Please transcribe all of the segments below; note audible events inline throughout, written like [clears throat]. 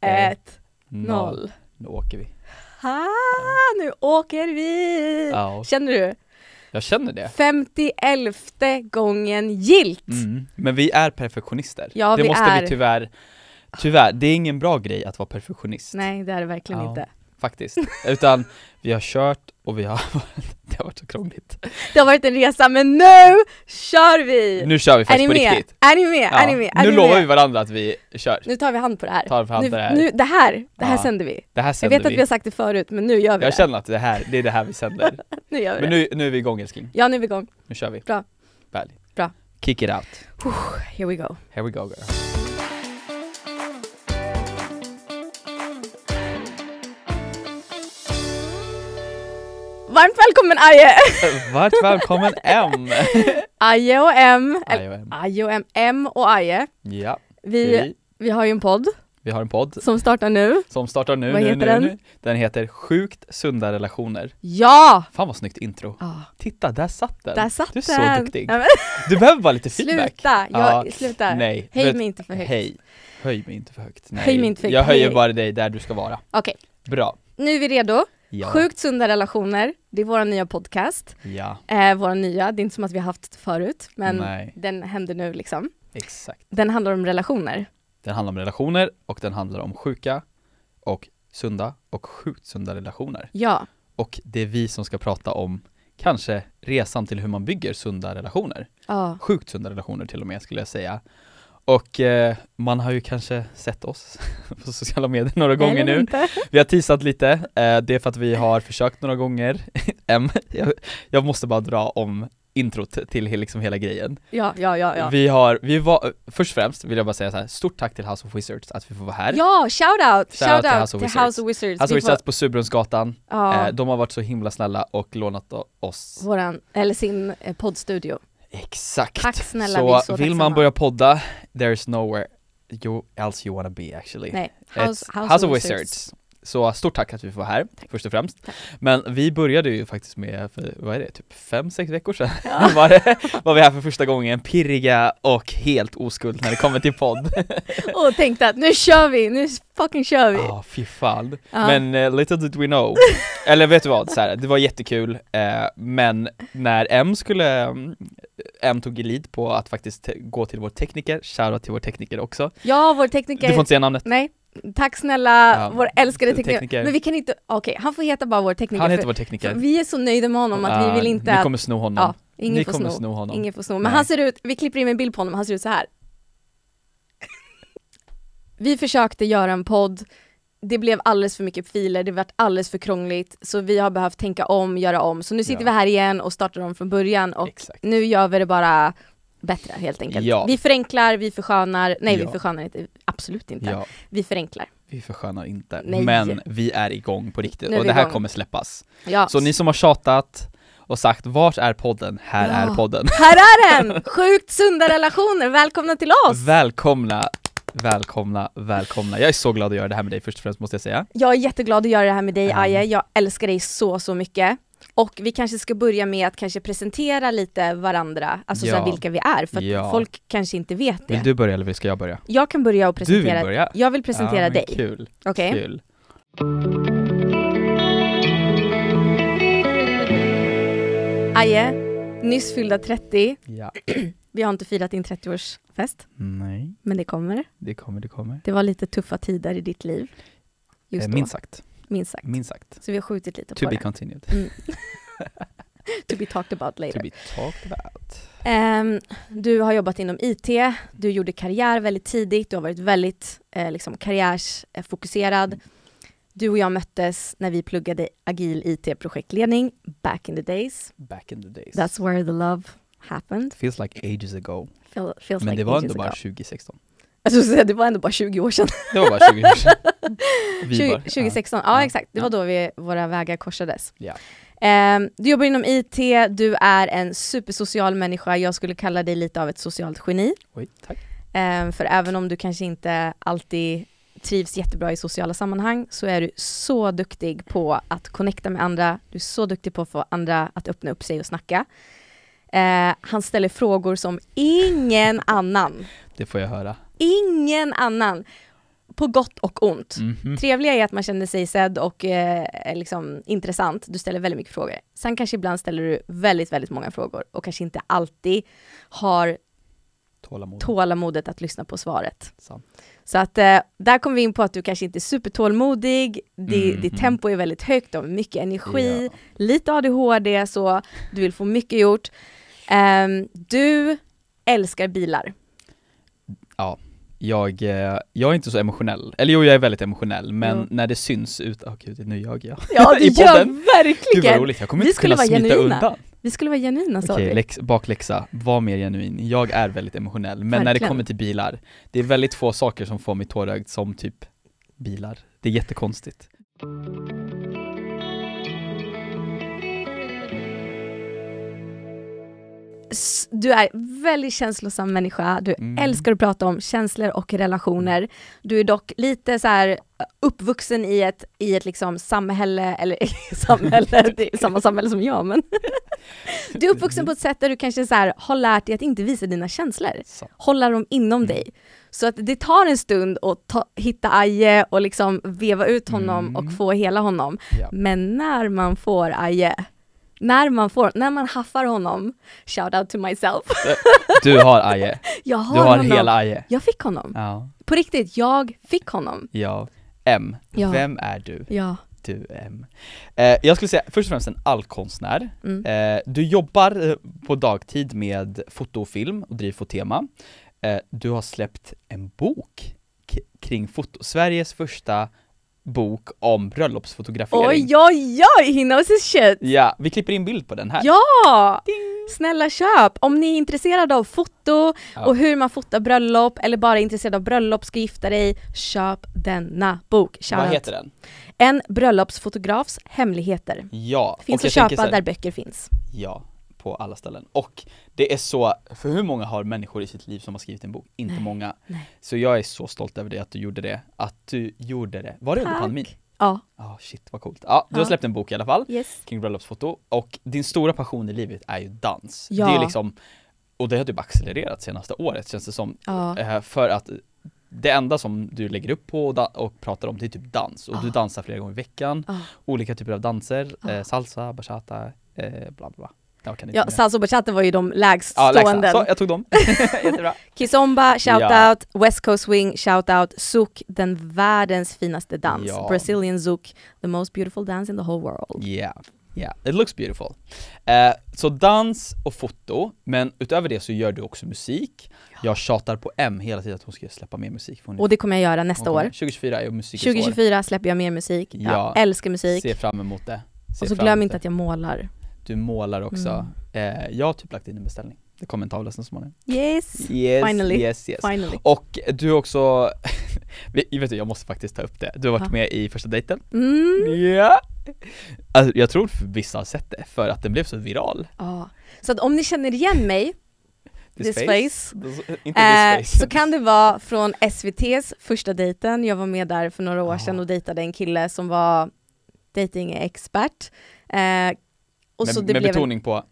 ett, Noll. noll. Nu åker vi. Ha, nu åker vi! Ja, Känner du? jag känner det. 51 gången gilt! Mm. Men vi är perfektionister. Ja, det vi måste är. vi tyvärr, tyvärr, det är ingen bra grej att vara perfektionist. Nej, det är det verkligen Ja. inte. [laughs] Faktiskt. Utan vi har kört och vi har, [laughs] det har varit så krångligt. Det har varit en resa, men nu kör vi! Nu kör är vi ni faktiskt på med? riktigt. Är ni med? Är Ja. ni med? Är nu ni lovar med? vi varandra att vi kör. Nu tar vi hand på det här. Tar vi hand nu, på det här. Nu, det här, det här Ja, sänder vi. Det här Jag sänder vet att vi har sagt det förut, men nu gör vi Jag det. känner att det här, det är det här [laughs] vi sänder. Nu gör vi Men det. nu, nu är vi igång älskling. Ja, nu är vi igång. Nu kör vi. Bra. Väl. Bra. Kick it out. Here we go. Here we go girl. [laughs] Varmt välkommen Aje! Vart välkommen [laughs] M! Aje och M, eller Aj, och M. Aje och M, M och Aje. Ja, Vi, vi, vi har ju en podd vi har en podd som startar nu. som startar nu. Vad nu, heter nu, den? Nu. den heter Sjukt sunda relationer. Ja! Fan vad snyggt intro. Ah, Titta, där satt den. där satt du är så den! duktig. Ja, men, [laughs] Du behöver vara lite feedback. sluta! Jag, Ja, sluta! Nej. Höj vet- mig inte för högt. Hej. Höj mig inte för högt. Nej. Höj mig inte för högt. Jag höjer Hej. bara dig där du ska vara. Okej, Bra. nu är vi redo. Ja. Sjukt sunda relationer, det är vår nya podcast. Ja, Eh, vår nya, det är inte som att vi har haft det förut, men Nej. den händer nu liksom. exakt. Den handlar om relationer. Den handlar om relationer och den handlar om sjuka och sunda och sjukt sunda relationer. Ja, Och det är vi som ska prata om kanske resan till hur man bygger sunda relationer. ja, Sjukt sunda relationer till och med skulle jag säga. Och eh, man har ju kanske sett oss [laughs] på sociala medier några gånger Eller nu. inte. Vi har teasat lite, eh, det är för att vi har försökt några gånger. [laughs] M, jag, jag måste bara dra om introt till he- liksom hela grejen. Ja, ja, ja, ja. Vi har, vi var, först och främst vill jag bara säga så här, stort tack till House of Wizards att vi får vara här. Ja, shout out! Shout Shout out till out House of till Wizards. House of Wizards. House Vi of får- Wizards på Surbrunnsgatan, ja, eh, de har varit så himla snälla och lånat o- oss våran, eller sin eh, poddstudio. Exakt! Tack snälla, vi är så, så vill tacksamma. man börja podda, there's nowhere you, else you wanna be actually. Nej, Ett- House, House, of Wizards. Så stort tack att vi får vara här, först och främst. Tack. Men vi började ju faktiskt med, för, vad är det, typ fem sex veckor sedan [laughs] var, det, var vi här för första gången, pirriga och helt oskuld när det kommer [laughs] till podd. Och tänkte att nu kör vi, nu fucking kör vi! Ja, Ah, fy fan. Ja. Men eh, little did [laughs] we know. Eller vet du vad, så här, det var jättekul, eh, men när M skulle, mm, M tog lead på att faktiskt te- gå till vår tekniker, shoutout till vår tekniker också. Ja, vår Du tekniker, får inte säga namnet. nej, tack snälla Ja, vår älskade tekniker. tekniker. Men vi kan inte, okej, han får heta bara vår tekniker. Han heter för- vår för tekniker. vi är så nöjda med honom att Ja, vi vill inte Ni att, kommer sno honom. ja, ingen Ni får kommer sno. sno honom. Ingen får sno, men Nej. han ser ut, vi klipper in en bild på honom, han ser ut så här. Vi försökte göra en podd, det blev alldeles för mycket filer, det vart alldeles för krångligt, så vi har behövt tänka om, göra om. Så nu sitter vi Ja. här igen och startar om från början och Exakt. nu gör vi det bara bättre helt enkelt. Ja. Vi förenklar, vi förskönar, nej vi Ja. förskönar inte, absolut inte. Ja, Vi förenklar. vi förskönar inte. Nej. Men vi är igång på riktigt Nu är och vi det här igång. kommer släppas. Ja. Så ni som har tjatat och sagt vart är podden? Här Ja. är podden. Här är den! Sjukt sunda relationer, välkomna till oss! Välkomna, välkomna, välkomna. Jag är så glad att göra det här med dig först och främst måste jag säga. Jag är jätteglad att göra det här med dig Ja. Aje, jag älskar dig så så mycket. Och vi kanske ska börja med att kanske presentera lite varandra, alltså Ja. så här, vilka vi är, för att Ja. folk kanske inte vet det. Vill du börja eller ska jag börja? Jag kan börja och Du vill presentera. börja? Jag vill presentera Ja, men dig. Eh? Kul, Okej? kul. Aje, nyss fyllda 30. Ja. Vi har inte firat din 30-årsfest, Nej, men det kommer. det kommer, det kommer. Det var lite tuffa tider i ditt liv. Just Eh, då, minst sagt, minst sagt. minst sagt. Så vi har skjutit lite To på be det. continued. To be talked about later. To be talked about. Ehm, du har jobbat inom IT, du gjorde karriär väldigt tidigt, du har varit väldigt eh, liksom karriärsfokuserad. Du och jag möttes när vi pluggade agil IT-projektledning back in the days. Back in the days. That's where the love happened. Feels like ages ago. Feel, feels Men like det var ages ändå bara ago. 2016. Alltså, så det var ändå bara 20 år sedan. Det var bara 20 år sedan. [laughs] Vi 20, bara, 2016, ja, Ja. exakt. Det Ja. var då vi, våra vägar korsades. Ja. Ehm, du jobbar inom IT, du är en supersocial människa. Jag skulle kalla dig lite av ett socialt geni. Ja. Oj, tack. Ehm, för även om du kanske inte alltid trivs jättebra i sociala sammanhang så är du så duktig på att connecta med andra. Du är så duktig på att få andra att öppna upp sig och snacka. Eh, han ställer frågor som ingen annan. Det får jag höra. Ingen annan. på gott och ont. Mhm. Trevliga är att man känner sig sedd och eh, liksom, intressant. Du ställer väldigt mycket frågor. Sen kanske ibland ställer du väldigt, väldigt många frågor och kanske inte alltid har Tålamod. tålamodet att lyssna på svaret. Sant. Så att eh, där kom vi in på att du kanske inte är supertålmodig, di, Mm, ditt mm. tempo är väldigt högt, du har mycket energi, Ja. lite ADHD, så du vill få mycket gjort. Ehm, du älskar bilar. Jag, eh, jag är inte så emotionell, eller jo jag är väldigt emotionell, men Jo. när det syns ut, åh gud nu ljög jag. [laughs] [laughs] Ja, du I gör podden. Gud vad verkligen! roligt, jag kommer Vi inte skulle kunna vara smita genuina. undan. Vi skulle vara genuina sa Okej, vi. läx, bakläxa, var mer genuin. Jag är väldigt emotionell, men när det Verkligen. kommer till bilar, det är väldigt få saker som får mig tårögd som typ bilar. Det är jättekonstigt. S- Du är väldigt känslosam människa, du Mm. älskar att prata om känslor och relationer. Du är dock lite så här eh, uppvuxen i ett, i ett liksom samhälle, eller [laughs] [laughs] samhälle, det är samma samhälle som jag men. Du är uppvuxen på ett sätt där du kanske så här, har lärt dig att inte visa dina känslor. Så. hålla dem inom Mm. dig. Så att det tar en stund att ta, hitta Aje och liksom veva ut honom Mm. och få hela honom. [laughs] Ja. Men när man får Aje, när man får, när man haffar honom, shout out to myself, Du har Aje, jag du har, har honom. hela Aje. Jag fick honom. Ja, På riktigt, jag fick honom. ja. M, Ja. vem är du? Ja. Du M. Eh, jag skulle säga först och främst en allkonstnär. Mm. Eh, du jobbar eh, på dagtid med foto och film och driver Fotema. Eh, du har släppt en bok k- kring foto, Sveriges första bok om bröllopsfotografering. Oj, oj, oj, he knows his shit! Ja, vi klipper in bild på den här. Ja! Snälla köp! Om ni är intresserade av foto Ja. och hur man fotar bröllop eller bara är intresserad av bröllop, ska gifta dig, köp denna bok. Shout Vad out. heter den? En bröllopsfotografs hemligheter. Ja, Finns och jag att tänker så köpa här- där böcker finns. Ja, på alla ställen. Och det är så, för hur många har människor i sitt liv som har skrivit en bok? Inte Nej, många. nej. Så jag är så stolt över det, att du gjorde det. Att du gjorde det. Var det under Tack. pandemin? Ja. Ja, shit vad coolt. Ja, du har Ja. släppt en bok i alla fall, Yes. kring bröllopsfoto. Och din stora passion i livet är ju dans. Ja. Det är ju liksom, och det har du bara accelererat senaste året känns det som. Ja. Eh, För att det enda som du lägger upp på och, da- och pratar om det är typ dans. Och du Ja. dansar flera gånger i veckan, Ja. olika typer av danser, Ja. eh, salsa, bachata, eh, bla bla bla. Jag kan inte Ah. Ja, mer. salsa och bachata var ju de lägst Ja, stående. läxa. Så, jag [laughs] tog dem. [laughs] Jättebra. Kizomba, shout Ja. out. West Coast Swing, shout out. Zouk, den världens finaste dans. Ja. Brazilian Zouk, the most beautiful dance in the whole world. Yeah, yeah, it looks beautiful. Eh, så dans och foto, men utöver det så gör du också musik. Jag tjatar på M hela tiden att hon ska släppa mer musik. För hon är- Och det kommer jag göra nästa hon kommer- år. 2024 är musikens år. 2024 släpper jag mer musik. Ja. Jag älskar musik. Se fram emot det. Se och så fram glöm emot inte det. att jag målar. Du målar också. Mm. Eh, jag har typ lagt in en beställning. Det kommer en tavla så småningom. Yes, Yes, Finally. yes, yes. finally. Och du har också, [laughs] Vi- vet du, jag måste faktiskt ta upp det. Du har varit Ja. med i första dejten. Mm. Ja! Alltså, jag tror vissa har sett det, för att den blev så viral. Ja. Så att om ni känner igen mig, This, This face. Alltså, [laughs] Inte Eh, this face. så kan det vara från SVT's första dejten, jag var med där för några år Ja. sedan och dejtade en kille som var datingexpert. Eh, och med, så det med blev en betoning på,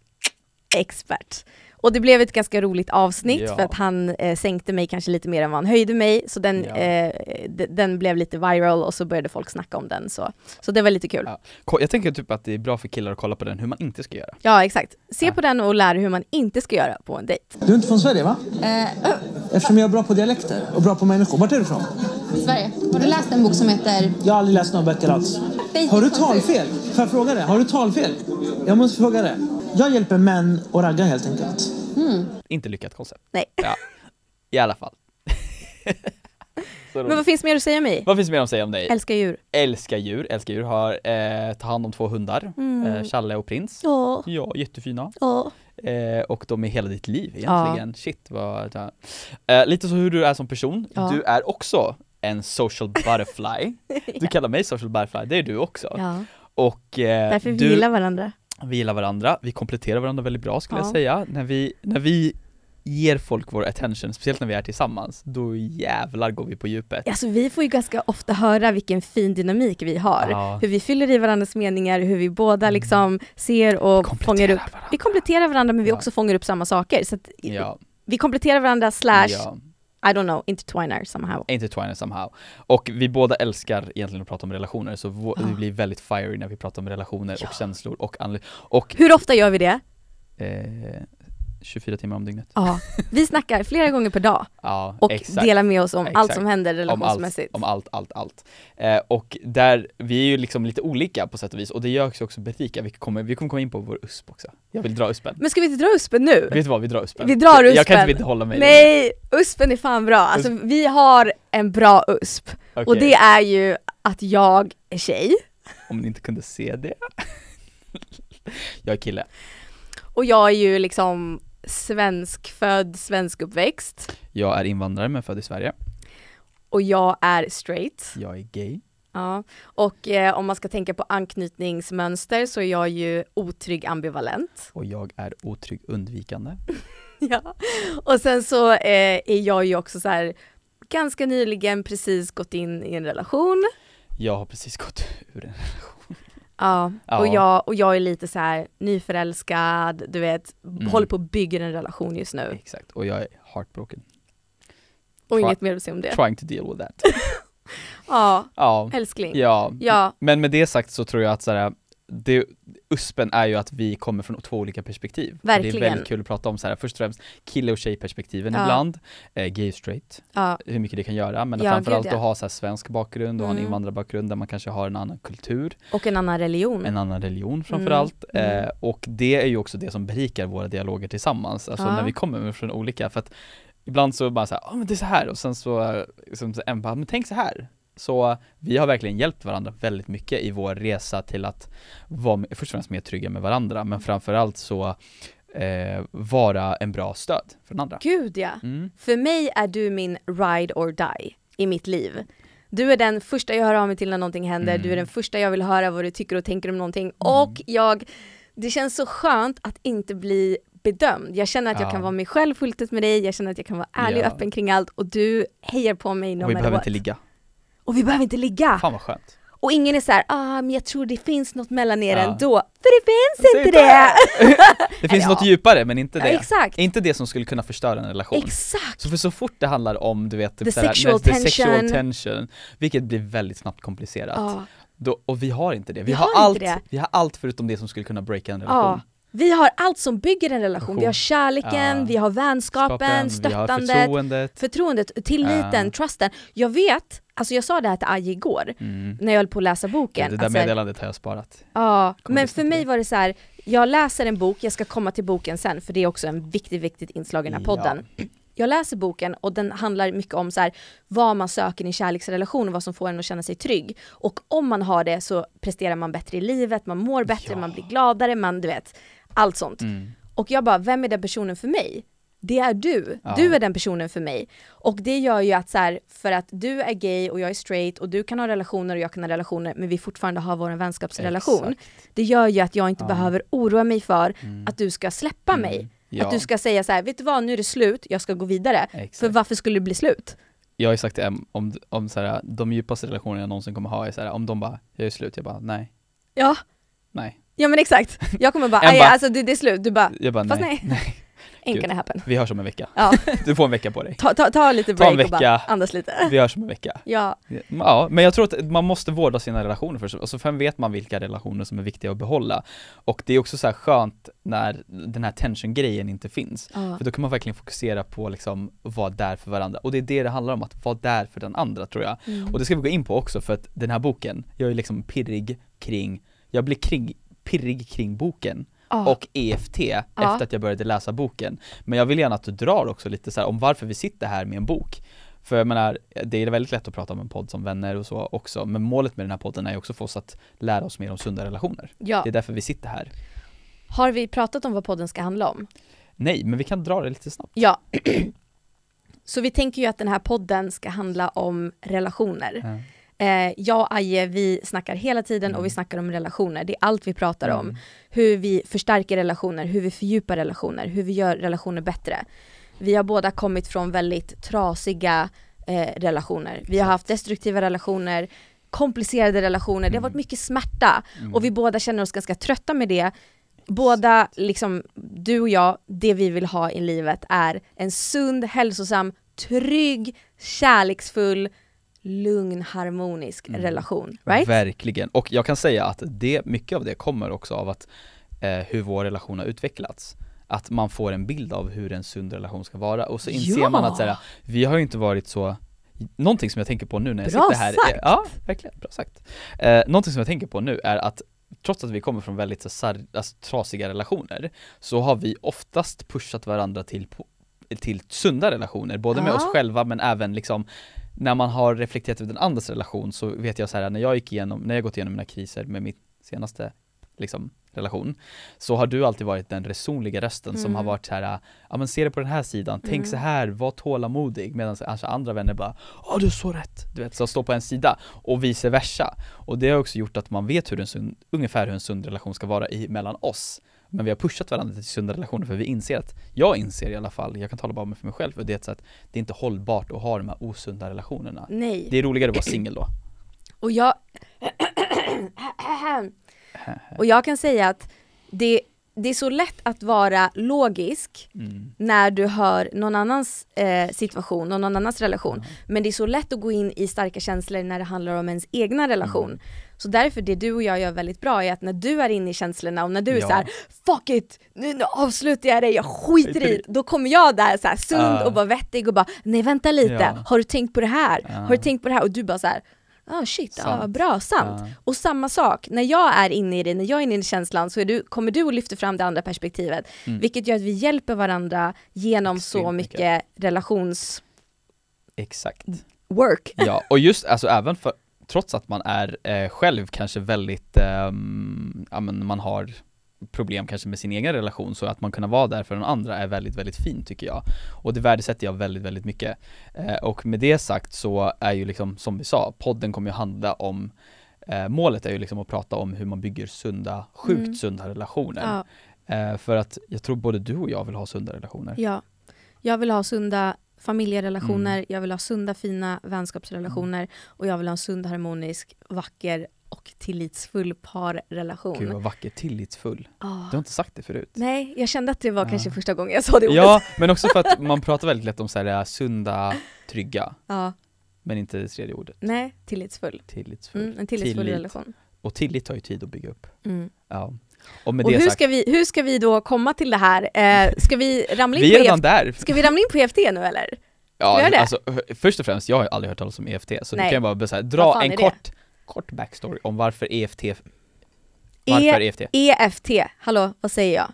expert. Och det blev ett ganska roligt avsnitt Ja. för att han eh, sänkte mig kanske lite mer än vad han höjde mig, så den, Ja. eh, d- den blev lite viral och så började folk snacka om den. Så, så det var lite kul. Ja. Ko- jag tänker typ att det är bra för killar att kolla på den, hur man inte ska göra. Ja, exakt. Se Ja. på den och lär dig hur man inte ska göra på en dejt. Du är inte från Sverige va? Eh, Eftersom jag är bra på dialekter och bra på människor. Vart är du ifrån? Sverige. Har du läst en bok som heter Jag har aldrig läst några böcker alls. Har du talfel? Får jag fråga det? Har du talfel? Jag måste fråga det. Jag hjälper män och ragga helt enkelt. Inte lyckat koncept. Nej. [laughs] Ja. I alla fall. [laughs] Så Men vad Eh, roligt. finns mer att säga mig? vad finns det mer att säga om dig? Älskar djur. älskar djur, älskar djur, har eh, tagit hand om två hundar, eh, Challe och Prins. Ja. Ja, jättefina. Ja. Eh, och de är hela ditt liv egentligen. Shit vad... Eh, lite så hur du är som person. Ja. Du är också en social butterfly. Du kallar mig social butterfly, det är du också. ja. Och eh, Därför vi du, gillar varandra. vi gillar varandra, vi kompletterar varandra väldigt bra skulle Ja. jag säga. När vi, när vi ger folk vår attention, speciellt när vi är tillsammans, då jävlar går vi på djupet. Alltså vi får ju ganska ofta höra vilken fin dynamik vi har. Ja. Mm. Hur vi fyller i varandras meningar, hur vi båda liksom ser och fångar upp. varandra. Vi kompletterar varandra men vi Ja. också fångar upp samma saker. Så att Ja, Vi kompletterar varandra slash, ja. ja. I don't know, intertwiner somehow. Intertwined somehow. Och vi båda älskar egentligen att prata om relationer, så vå- Ah. vi blir väldigt fiery när vi pratar om relationer och känslor och anle- och Hur ofta gör vi det? eh, 24 timmar om dygnet. [laughs] Ja, vi snackar flera gånger per dag Ja, och exakt. delar med oss om allt Exakt. som händer om allt, relationsmässigt. om allt, allt, allt. Eh, och där, vi är ju liksom lite olika på sätt och vis och det gör också, också berika, vi kommer, vi kommer komma in på vår USP också. Jag vill [laughs] dra USPen. Men ska vi inte dra USPen nu? Vet du vad, vi drar USPen. Vi drar Jag kan USPen. inte inte hålla mig Nej, USPen är fan bra. Alltså vi har en bra USP Okej, och det är ju att jag är tjej Om ni inte kunde se det. [laughs] jag är kille. och jag är ju liksom svenskfödd, svenskuppväxt Jag är invandrare men född i Sverige. och jag är straight. Jag är gay. Ja. Och eh, om man ska tänka på anknytningsmönster så är jag ju otrygg ambivalent. Och jag är otrygg undvikande. [laughs] Ja. Och sen så eh, är jag ju också så här ganska nyligen precis gått in i en relation. Jag har precis gått [laughs] ur en relation. Ja, Och, Ja. jag, och jag är lite så här nyförälskad, du vet, Mm. håller på och bygger en relation just nu. Exakt, och jag är heartbroken. Och Try- inget mer att säga om det. Trying to deal with [laughs] that. Ja, Ja. älskling. Ja. Ja. Men med det sagt så tror jag att så här, det, USPen är ju att vi kommer från två olika perspektiv. Och Verkligen. Det är väldigt kul att prata om så här, först och främst kille och tjejperspektiven Ja. ibland, eh, gay och straight, Ja, hur mycket det kan göra, men Ja, framförallt gud, ja. att ha så här svensk bakgrund och ha en Mm. invandrarbakgrund där man kanske har en annan kultur, och en annan religion. en annan religion Mm, framförallt. mm. Eh, och det är ju också det som berikar våra dialoger tillsammans, alltså Ja. när vi kommer från olika, för att ibland så bara så här, ja ah, men det är så här och sen så, eh, liksom, så en bara, men tänk så här. Så vi har verkligen hjälpt varandra väldigt mycket i vår resa till att vara m- först och främst mer trygga med varandra, men framförallt så eh, vara en bra stöd för den andra. Gud ja. Mm. För mig är du min ride or die i mitt liv. Du är den första jag hör av mig till när någonting händer, du är Mm. den första jag vill höra vad du tycker och tänker om någonting och jag, det känns så skönt att inte bli bedömd. Jag känner att jag Ja. kan vara mig själv fullt ut med dig, jag känner att jag kan vara ärlig Ja. och öppen kring allt och du hejar på mig no Och vi matter behöver what. inte ligga. och vi behöver inte ligga! Fan vad skönt. Och ingen är så här, ah men jag tror det finns något mellan er Ja. ändå, för det finns Säg inte det! Det [laughs] finns Ja. något djupare men inte Ja, det. exakt. Inte det som skulle kunna förstöra en relation. [laughs] Exakt! Så för så fort det handlar om du vet, The typ såhär, sexual the sexual tension. tension, vilket blir väldigt snabbt komplicerat. Ja. Då, och vi har inte det. Vi, Vi har, har allt, inte det. vi har allt förutom det som skulle kunna breaka en relation. Ja. Vi har allt som bygger en relation. Vi har Relation. kärleken, Ja. vi har vänskapen, vi har stöttandet, förtroendet. förtroendet, tilliten, Ja. trusten. Jag vet, alltså jag sa det här till Aje igår, Mm. när jag höll på att läsa boken. Ja, det där alltså, meddelandet har jag sparat. ja, Kommer men lyssna för till mig det. var det så här, jag läser en bok, jag ska komma till boken sen, för det är också en viktigt, viktigt inslag i den här Ja. podden. [clears throat] Jag läser boken och den handlar mycket om så här, vad man söker i en kärleksrelation och vad som får en att känna sig trygg. Och om man har det så presterar man bättre i livet, man mår bättre, Ja. man blir gladare, man du vet, allt sånt. Mm. Och jag bara, vem är den personen för mig? Det är du. Ja. Du är den personen för mig. Och det gör ju att så här, för att du är gay och jag är straight och du kan ha relationer och jag kan ha relationer men vi fortfarande har vår vänskapsrelation. Det gör ju att jag inte behöver oroa mig för att du ska släppa mig. Mm. Ja. Att du ska säga så här, vet du vad, nu är det slut, jag ska gå vidare. Exakt. För varför skulle det bli slut? Jag har ju sagt till Em, om, om såhär, de djupaste relationer jag någonsin kommer ha är såhär, om de bara, jag är slut, jag bara nej, Ja, nej. ja men exakt. Jag kommer bara, [laughs] En "Aj, bara- alltså det, det är slut. Du bara, Jag bara fast [laughs] nej. nej, ain't gonna happen. Vi hörs om en vecka. Ja, Du får en vecka på dig. ta, ta, ta lite Ta en break och bara vecka. andas lite. Vi hörs om en vecka. Ja, Ja, men jag tror att man måste vårda sina relationer först, och så sen vet man vilka relationer som är viktiga att behålla. Och det är också så här skönt när den här tension-grejen inte finns. Ja. För då kan man verkligen fokusera på liksom, vara där för varandra. Och det är det det handlar om, att vara där för den andra tror jag. Mm. Och det ska vi gå in på också, för att den här boken, jag är liksom pirrig kring, jag blir kring, pirrig kring boken. Ja. Och EFT efter att jag började läsa boken. Men jag vill gärna att du drar också lite så här om varför vi sitter här med en bok. För jag menar, det är väldigt lätt att prata om en podd som vänner och så också, men målet med den här podden är ju också för oss att lära oss mer om sunda relationer. Ja. Det är därför vi sitter här. har vi pratat om vad podden ska handla om? Nej, men vi kan dra det lite snabbt. Ja. [clears throat] Så vi tänker ju att den här podden ska handla om relationer. Eh, jag och Aje, vi snackar hela tiden och vi snackar om relationer. Det är allt vi pratar om. Hur vi förstärker relationer, hur vi fördjupar relationer, hur vi gör relationer bättre. Vi har båda kommit från väldigt trasiga eh, relationer. Vi har haft destruktiva relationer, komplicerade relationer, det har varit mycket smärta och vi båda känner oss ganska trötta med det. Båda, liksom, du och jag, det vi vill ha i livet är en sund, hälsosam, trygg, kärleksfull, lugn, harmonisk relation. Right? Verkligen. Och jag kan säga att det, mycket av det kommer också av att eh, hur vår relation har utvecklats. Att man får en bild av hur en sund relation ska vara och så inser Ja. man att så här, vi har ju inte varit så Någonting som jag tänker på nu när jag Bra sitter här är- sagt. Ja, verkligen, bra sagt. Eh, någonting som jag tänker på nu är att trots att vi kommer från väldigt så sar- alltså, trasiga relationer så har vi oftast pushat varandra till, po- till sunda relationer, både med Ja. oss själva men även liksom när man har reflekterat över den andras relation så vet jag så här när jag gick igenom, när jag gått igenom mina kriser med min senaste liksom, relation så har du alltid varit den resonliga rösten som har varit så här, ja men se det på den här sidan, tänk så här, var tålamodig medan kanske andra vänner bara, ja du har så rätt, du vet, så står på en sida och vice versa. Och det har också gjort att man vet hur en sund, ungefär hur en sund relation ska vara i, mellan oss. Men vi har pushat varandra till sunda relationer för vi inser att, jag inser i alla fall, jag kan tala bara för mig själv, och det är så att det är inte hållbart att ha de här osunda relationerna. Nej. Det är roligare att vara singel då. Och jag... [clears throat] och jag kan säga att det, det är så lätt att vara logisk Mm, när du hör någon annans eh, situation och någon annans relation. Men det är så lätt att gå in i starka känslor när det handlar om ens egna relation. Mm. Så därför det du och jag gör väldigt bra är att när du är inne i känslorna och när du är Ja. så här fuck it, nu, nu avslutar jag det, jag skiter i Typ. det. Då kommer jag där så här sund Ah. och bara vettig och bara nej vänta lite, Ja. har du tänkt på det här? Har du tänkt på det här? Och du bara så här ah shit, Sant. ah, bra, sant. Och samma sak, när jag är inne i det, när jag är inne i känslan så är du, kommer du och lyfter fram det andra perspektivet. Vilket gör att vi hjälper varandra genom så Mm. Extremt mycket, mycket. relationswork. Exakt. Ja, och just alltså även för, trots att man är eh, själv kanske väldigt, ehm, ja men man har problem kanske med sin egen relation så att man kunna vara där för den andra är väldigt, väldigt fint tycker jag. Och det värdesätter jag väldigt, väldigt mycket. Eh, och med det sagt så är ju liksom, som vi sa, podden kommer ju handla om eh, Målet är ju liksom att prata om hur man bygger sunda, sjukt sunda relationer. Ja, Eh, för att jag tror både du och jag vill ha sunda relationer. ja. Jag vill ha sunda familjerelationer, Mm. jag vill ha sunda fina vänskapsrelationer och jag vill ha en sund, harmonisk, vacker och tillitsfull parrelation. Gud vad vackert, tillitsfull. Ah. Du har inte sagt det förut. Nej, jag kände att det var kanske första gången jag sa det ordet. Ja, men också för att man pratar väldigt lätt om så här, äh, sunda, trygga, Ja, men inte det tredje ordet, nej, tillitsfull. tillitsfull. Mm, en tillitsfull Tillit. relation. Och tillit tar ju tid att bygga upp. Mm. Ja. Och med Och det hur sagt, ska, vi, hur ska vi då komma till det här? Eh, ska vi ramla in vi är på redan EFT? där. Ska vi ramla in på EFT nu eller? vi Ja, göra det? alltså, hö- först och främst, jag har ju aldrig hört talas om EFT, så Nej. du kan ju bara så här, Vad dra fan är en det? kort, kort backstory om varför EFT, varför E- E EFT? EFT, hallå, vad säger jag?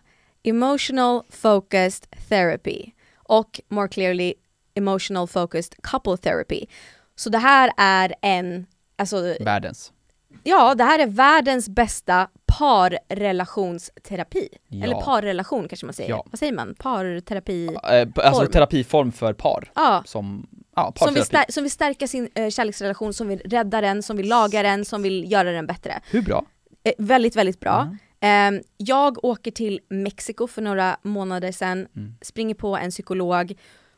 Emotional Focused Therapy och more clearly Emotional Focused Couple Therapy. Så det här är en, alltså Världens. ja, det här är världens bästa parrelationsterapi. Ja. Eller parrelation kanske man säger. Ja. Vad säger man? Parterapi? Eh, p- alltså Form. terapiform för par, Ja. som, ja, Som vill, parterapi. stär- som vill stärka sin eh, kärleksrelation, som vill rädda den, som vill laga den, som vill göra den bättre. Hur bra? Eh, väldigt, väldigt bra. Ehm, jag åker till Mexiko för några månader sedan, springer på en psykolog,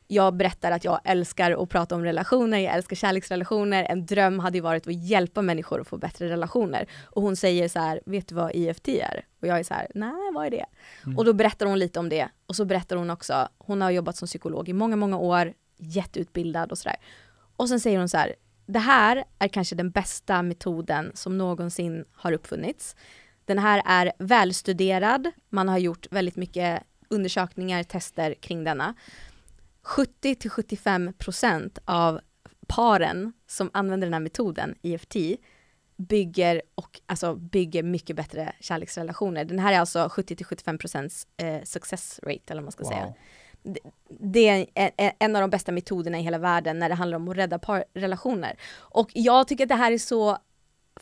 jag berättar att jag älskar att prata om relationer, jag älskar kärleksrelationer, en dröm hade ju varit att hjälpa människor att få bättre relationer. Och hon säger så här, vet du vad IFT är? Och jag är så här, nej vad är det? Och då berättar hon lite om det, och så berättar hon också, hon har jobbat som psykolog i många, många år, jätteutbildad och sådär. Och sen säger hon så här, det här är kanske den bästa metoden som någonsin har uppfunnits. Den här är välstuderad, man har gjort väldigt mycket undersökningar, tester kring denna. 70-75% av paren som använder den här metoden, IFT, bygger, och, alltså, bygger mycket bättre kärleksrelationer. Den här är alltså 70-75% eh, success rate, eller vad man ska säga Wow. det är en- en av de bästa metoderna i hela världen när det handlar om att rädda parrelationer. Och jag tycker att det här är så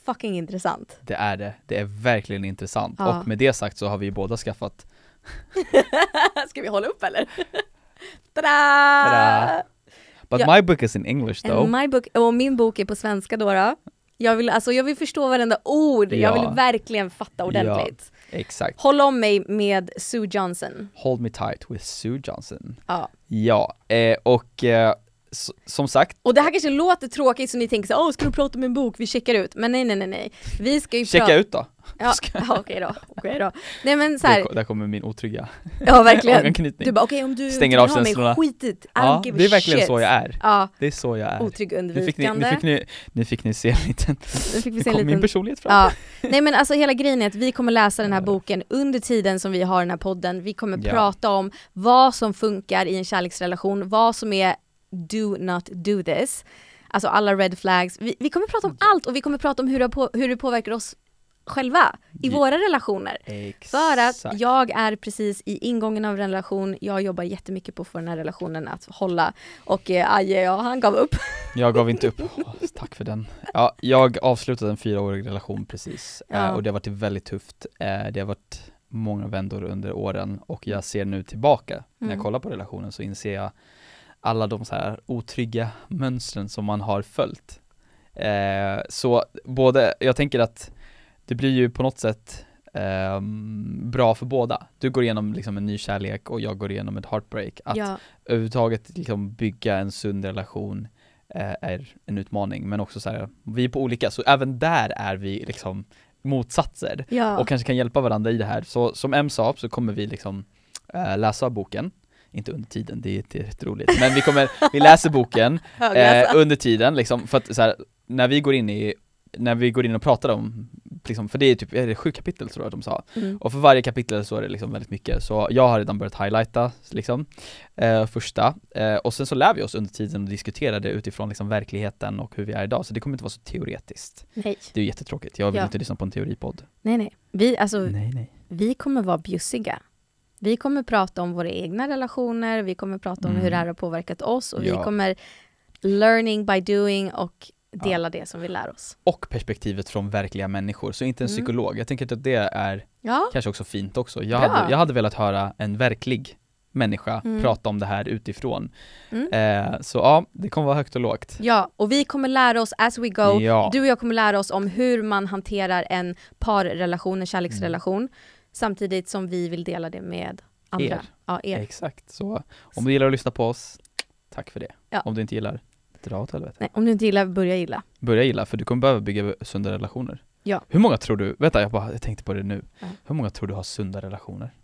fucking intressant. Det är det, det är verkligen intressant. Ja. Och med det sagt så har vi ju båda skaffat [laughs] Ska vi hålla upp eller? [laughs] Tada! Ta-da! But Ja. my book is in English though. And my book, och min bok är på svenska då. då. Jag, vill, alltså, jag vill förstå varenda ord, jag Ja. vill verkligen fatta ordentligt. Ja, exakt. Håll om mig med Sue Johnson. Hold Me Tight with Sue Johnson. Ja. Ja, eh, och eh, s- som sagt, Och det här kanske låter tråkigt så ni tänker så här, åh ska du prata om en bok, vi checkar ut. Men nej nej nej nej. Vi ska ju checka prata- ut då. Ja, [laughs] ja okej då, okej då. Nej men så Där, här, ko- där kommer min otrygga ja [laughs] verkligen. ögonknytning. Du bara okej om du Stänger inte vill ha av mig, känslorna. skit it, I Ja, don't give a det är verkligen shit. så jag är. Ja, Det är så jag är. otrygg Nu fick ni, undvikande. nu fick ni, nu fick ni se en liten, Nu fick vi nu se kom en min liten personlighet fram. Ja. Nej men alltså hela grejen är att vi kommer läsa den här boken under tiden som vi har den här podden. Vi kommer Ja. prata om vad som funkar i en kärleksrelation, vad som är do not do this. Alltså alla red flags. Vi, vi kommer prata om allt och vi kommer prata om hur det, på, hur det påverkar oss själva i Ja. våra relationer. Exakt. För att jag är precis i ingången av en relation, jag jobbar jättemycket på att få den här relationen att hålla och eh, Aje, ja, han gav upp. Jag gav inte [laughs] upp. Åh, tack för den. Ja, jag avslutade en fyraårig relation precis Ja. eh, och det har varit väldigt tufft. Eh, Det har varit många vändor under åren och jag ser nu tillbaka när jag Mm. kollar på relationen så inser jag alla de så här otrygga mönstren som man har följt. Eh, Så både, jag tänker att det blir ju på något sätt ehm, bra för båda. Du går igenom liksom en ny kärlek och jag går igenom ett heartbreak. Att Ja, överhuvudtaget liksom bygga en sund relation eh, är en utmaning, men också så här, vi är på olika, så även där är vi liksom motsatser ja. och kanske kan hjälpa varandra i det här. Så som M sa, så kommer vi liksom eh, läsa boken, inte under tiden, det är inte jätteroligt, men vi kommer, vi läser boken eh, Högläsa. under tiden liksom, för att så här, när vi går in i, när vi går in och pratar om, liksom, för det är typ, är det sju kapitel tror jag att de sa, Mm. och för varje kapitel så är det liksom väldigt mycket, så jag har redan börjat highlighta liksom, eh, första, eh, och sen så lär vi oss under tiden och diskuterar det utifrån liksom, verkligheten och hur vi är idag, så det kommer inte vara så teoretiskt. Nej. Det är ju jättetråkigt, jag vill Ja. inte lyssna på en teoripodd. nej, nej. Vi, alltså, Nej, nej. vi kommer vara bjussiga. Vi kommer prata om våra egna relationer, vi kommer prata om Mm. hur det här har påverkat oss och vi Ja. kommer learning by doing och dela det som vi lär oss. Och perspektivet från verkliga människor, så inte en Mm. psykolog. Jag tänker att det är Ja, kanske också fint också. Jag, Bra. hade, jag hade velat höra en verklig människa Mm. prata om det här utifrån. Mm. Eh, så ja, det kommer vara högt och lågt. ja, och vi kommer lära oss as we go. Ja. Du och jag kommer lära oss om hur man hanterar en parrelation, en kärleksrelation, samtidigt som vi vill dela det med andra. Mm. Er. Ja, er. Exakt, så om du gillar att lyssna på oss, tack för det. Ja. Om du inte gillar, dra åt helvete. Nej, om du inte gillar, börja gilla. Börja gilla, för du kommer behöva bygga sunda relationer. Ja. Hur många tror du, vänta jag, bara, jag tänkte på det nu, Ja. hur många tror du har sunda relationer?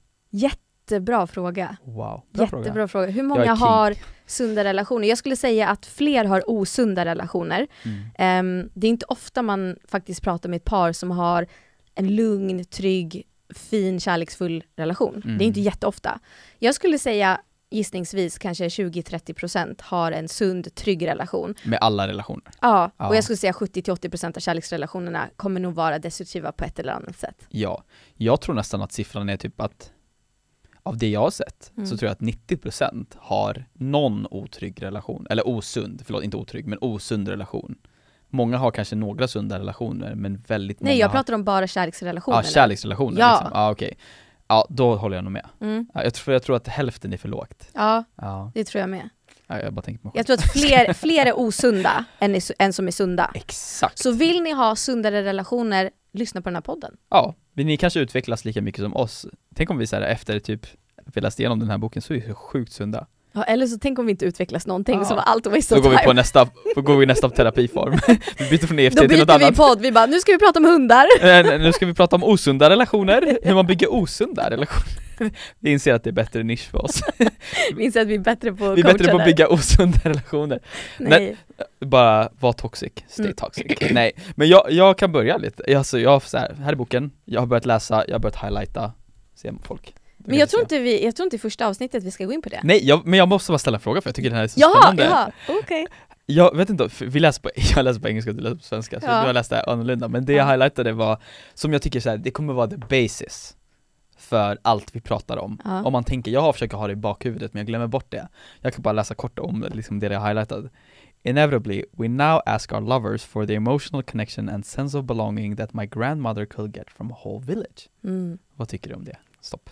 Jättebra fråga. Wow, bra Jättebra fråga. fråga. Hur Jag många är king. har sunda relationer? Jag skulle säga att fler har osunda relationer. Mm. Ehm, det är inte ofta man faktiskt pratar med ett par som har en lugn, trygg, fin, kärleksfull relation. Mm. Det är inte jätteofta. Jag skulle säga gissningsvis kanske 20-30% har en sund, trygg relation. Med alla relationer. Ja, Ja. och jag skulle säga 70-80% av kärleksrelationerna kommer nog vara destruktiva på ett eller annat sätt. Ja, jag tror nästan att siffran är typ att av det jag har sett Mm. så tror jag att 90% har någon otrygg relation, eller osund, förlåt inte otrygg, men osund relation. Många har kanske några sunda relationer men väldigt många Nej, jag har pratar om bara kärleksrelationer. Ja, kärleksrelationer Ja. liksom. Ja, okej. Ja, då håller jag nog med. Mm. Ja, jag, tror, jag tror att hälften är för lågt. Ja, Ja, det tror jag med. ja, jag bara tänker på mig själv. Jag tror att fler, fler är osunda än, är, su- än som är sunda. Exakt. Så vill ni ha sundare relationer, lyssna på den här podden. Ja, men ni kanske utvecklas lika mycket som oss. Tänk om vi så här, efter typ vi läst igenom den här boken så är vi så sjukt sunda. Ja, eller så tänk om vi inte utvecklas någonting Ja. så var allt waste Då of går vi på time. nästa, då går vi [laughs] nästa terapiform. vi byter från EFT Då till något byter vi annat. podd, vi bara nu ska vi prata om hundar. [laughs] Eh, nu ska vi prata om osunda relationer, hur man bygger osunda relationer. Vi inser att det är bättre nisch för oss. Vi inser att vi är bättre på Vi är bättre på att coachande. bygga osunda relationer. Nej. bara var toxic, stay Mm. toxic. Nej, men jag, jag kan börja lite. Alltså jag, har så här, här är boken, jag har börjat läsa, jag har börjat highlighta, se om folk. Det Men kan jag tror, se. inte vi, jag tror inte i första avsnittet vi ska gå in på det. Nej, jag, men jag måste bara ställa en fråga för jag tycker den här är så Jaha, spännande. jaha, okej. Jag vet inte, för vi läser på, [laughs] jag läser på engelska och du läser på svenska, så Ja. du har läst det här annorlunda, men det jag Ja. highlightade var, som jag tycker så här, det kommer vara the basis för allt vi pratar om. Ja. Om man tänker, jag försöker ha det i bakhuvudet men jag glömmer bort det. Jag kan bara läsa kort om liksom det jag highlightade. Inevitably, we now ask our lovers for the emotional connection and sense of belonging that my grandmother could get from a whole village. Mm. [laughs] Vad tycker du om det? Stopp.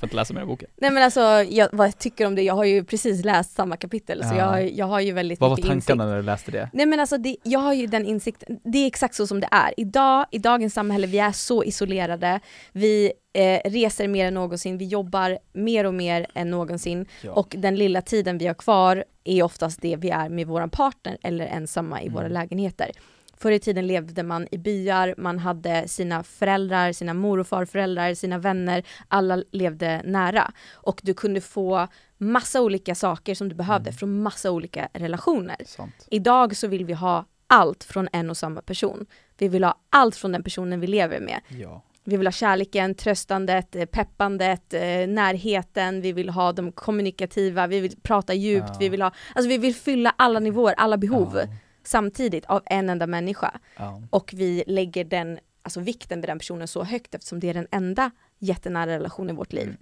för att läsa mer boken. Nej men alltså, jag, vad jag tycker om det, jag har ju precis läst samma kapitel, så Ja. jag, jag har ju väldigt Vad var mycket insikt. tankarna när du läste det? Nej men alltså, det, jag har ju den insikten, det är exakt så som det är. Idag, i dagens samhälle, vi är så isolerade, vi eh, reser mer än någonsin, vi jobbar mer och mer än någonsin Ja. och den lilla tiden vi har kvar är oftast det vi är med våran partner eller ensamma i våra lägenheter. Förr i tiden levde man i byar, man hade sina föräldrar, sina mor och farföräldrar, sina vänner, alla levde nära. Och du kunde få massa olika saker som du behövde från massa olika relationer. Sant. Idag så vill vi ha allt från en och samma person. Vi vill ha allt från den personen vi lever med. Ja. Vi vill ha kärleken, tröstandet, eh, peppandet, eh, närheten, vi vill ha de kommunikativa, vi vill prata djupt, Ja. vi vill ha, alltså vi vill fylla alla nivåer, alla behov samtidigt av en enda människa. Ja. Och vi lägger den, alltså vikten vid den personen så högt eftersom det är den enda jättenära relationen i vårt liv.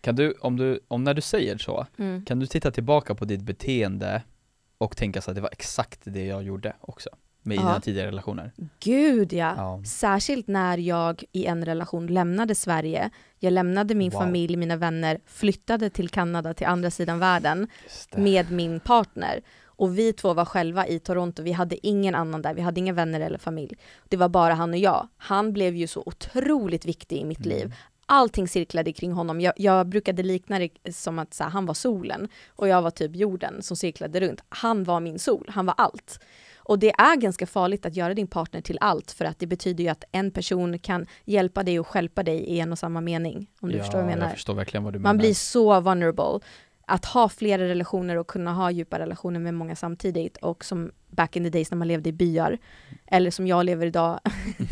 Kan du, om du, om när du säger så, Mm. kan du titta tillbaka på ditt beteende och tänka så att det var exakt det jag gjorde också? Med Ja. dina tidigare relationer? Gud ja. Ja. Särskilt när jag i en relation lämnade Sverige. Jag lämnade min Wow. familj, mina vänner, flyttade till Kanada, till andra sidan världen Just det. med min partner. Och vi två var själva i Toronto, vi hade ingen annan där, vi hade inga vänner eller familj. Det var bara han och jag. Han blev ju så otroligt viktig i Mm. mitt liv. Allting cirklade kring honom. Jag, jag brukade likna det som att så här, han var solen och jag var typ jorden som cirklade runt. Han var min sol, han var allt. Och det är ganska farligt att göra din partner till allt för att det betyder ju att en person kan hjälpa dig och stjälpa dig i en och samma mening. Om du ja, förstår vad jag menar. jag förstår verkligen vad du Man menar. blir så vulnerable. Att ha flera relationer och kunna ha djupa relationer med många samtidigt och som back in the days när man levde i byar, eller som jag lever idag [laughs]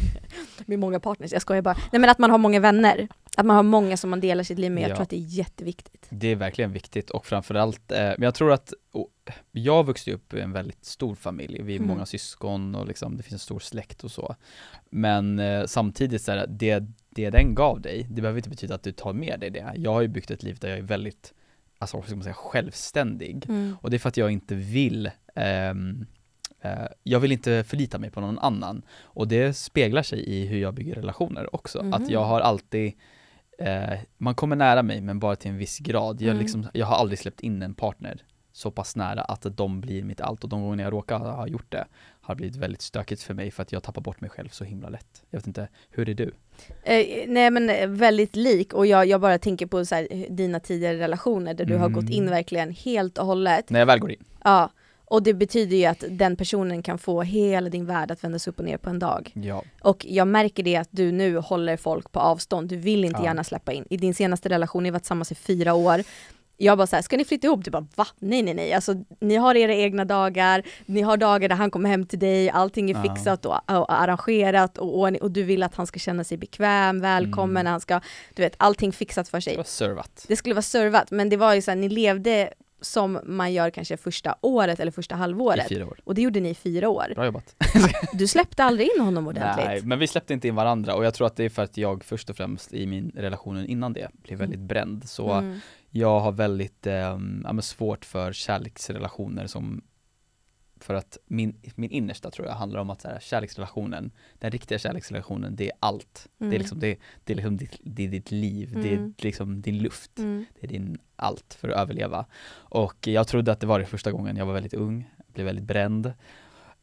med många partners, jag skojar bara. Nej men att man har många vänner, att man har många som man delar sitt liv med, jag Ja. tror att det är jätteviktigt. Det är verkligen viktigt och framförallt, eh, men jag tror att och, jag växte upp i en väldigt stor familj, vi är Mm. många syskon och liksom, det finns en stor släkt och så. Men eh, samtidigt så här, det, det den gav dig, det behöver inte betyda att du tar med dig det. Jag har ju byggt ett liv där jag är väldigt, alltså vad ska man säga, självständig. Och det är för att jag inte vill, ehm, eh, jag vill inte förlita mig på någon annan. Och det speglar sig i hur jag bygger relationer också. Mhm. Att jag har alltid, eh, man kommer nära mig men bara till en viss grad. Jag, Mm. liksom, jag har aldrig släppt in en partner så pass nära att de blir mitt allt. Och de gånger jag råkar ha gjort det har blivit väldigt stökigt för mig för att jag tappar bort mig själv så himla lätt. Jag vet inte, hur är du? Eh, nej men eh, väldigt lik och jag, jag bara tänker på så här, eh, dina tidigare relationer där du har Mm. gått in verkligen helt och hållet. När jag väl går in. Ja, och det betyder ju att den personen kan få hela din värld att vändas upp och ner på en dag. Ja, Och jag märker det att du nu håller folk på avstånd, du vill inte Ja. gärna släppa in. I din senaste relation, ni har varit tillsammans i fyra år, jag bara såhär, ska ni flytta ihop? Du bara va? Nej nej nej, alltså ni har era egna dagar, ni har dagar där han kommer hem till dig, allting är Ja. fixat och, och arrangerat och, och, och du vill att han ska känna sig bekväm, välkommen, Mm. han ska, du vet allting fixat för sig. det var servat. Det skulle vara servat, men det var ju såhär, ni levde som man gör kanske första året eller första I halvåret. fyra år. Och det gjorde ni i fyra år. Bra jobbat. Du släppte aldrig in honom ordentligt. [laughs] Nej, men vi släppte inte in varandra och jag tror att det är för att jag först och främst i min relationen innan det blev väldigt bränd. Så Mm. jag har väldigt eh, ja, men svårt för kärleksrelationer som för att min, min innersta tror jag handlar om att så här, kärleksrelationen, den riktiga kärleksrelationen, det är allt. Det Mm. är liksom, det, det är liksom ditt, det är ditt liv, det Mm. är liksom din luft. Mm. Det är din allt för att överleva. Och jag trodde att det var det första gången, jag var väldigt ung, blev väldigt bränd.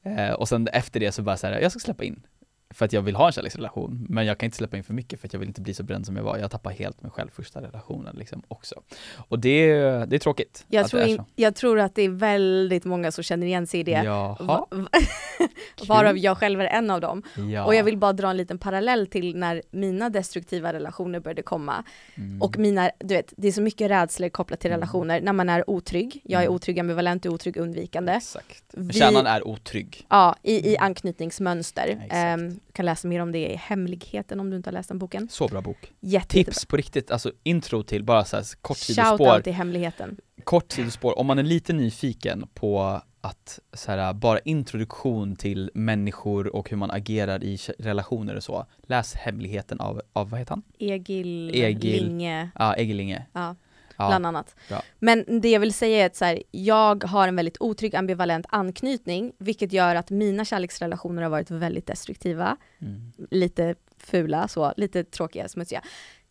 Eh, och sen efter det så bara så här, jag ska släppa in. För att jag vill ha en kärleksrelation, men jag kan inte släppa in för mycket för att jag vill inte bli så bränd som jag var. Jag tappar helt mig själv första relationen liksom också. Och det, det är tråkigt. Jag, att tror det är in, så. jag tror att det är väldigt många som känner igen sig i det. Jaha, Va- va- [laughs] Varav jag själv är en av dem. ja. Och jag vill bara dra en liten parallell till när mina destruktiva relationer började komma. Mm. Och mina, du vet, det är så mycket rädslor kopplat till Mm. relationer när man är otrygg. Jag är Mm. otrygg, ambivalent, du är otrygg, undvikande. Exakt. Vi- Kärnan är otrygg. Ja, i, i anknytningsmönster. Exakt. Ehm, du kan läsa mer om det i Hemligheten om du inte har läst den boken. Så bra bok. Jätte, Tips på riktigt, alltså intro till, bara så här kort sidospår. Shoutout till Hemligheten. kort sidospår, om man är lite nyfiken på att så här, bara introduktion till människor och hur man agerar i k- relationer och så, läs Hemligheten av, av vad heter han? Egil, Egil. Linge. Ja, Egelinge. Ja. Ja. bland annat. Ja. Men det jag vill säga är att så här, jag har en väldigt otrygg ambivalent anknytning, vilket gör att mina kärleksrelationer har varit väldigt destruktiva, Mm. lite fula så, lite tråkiga, smutsiga.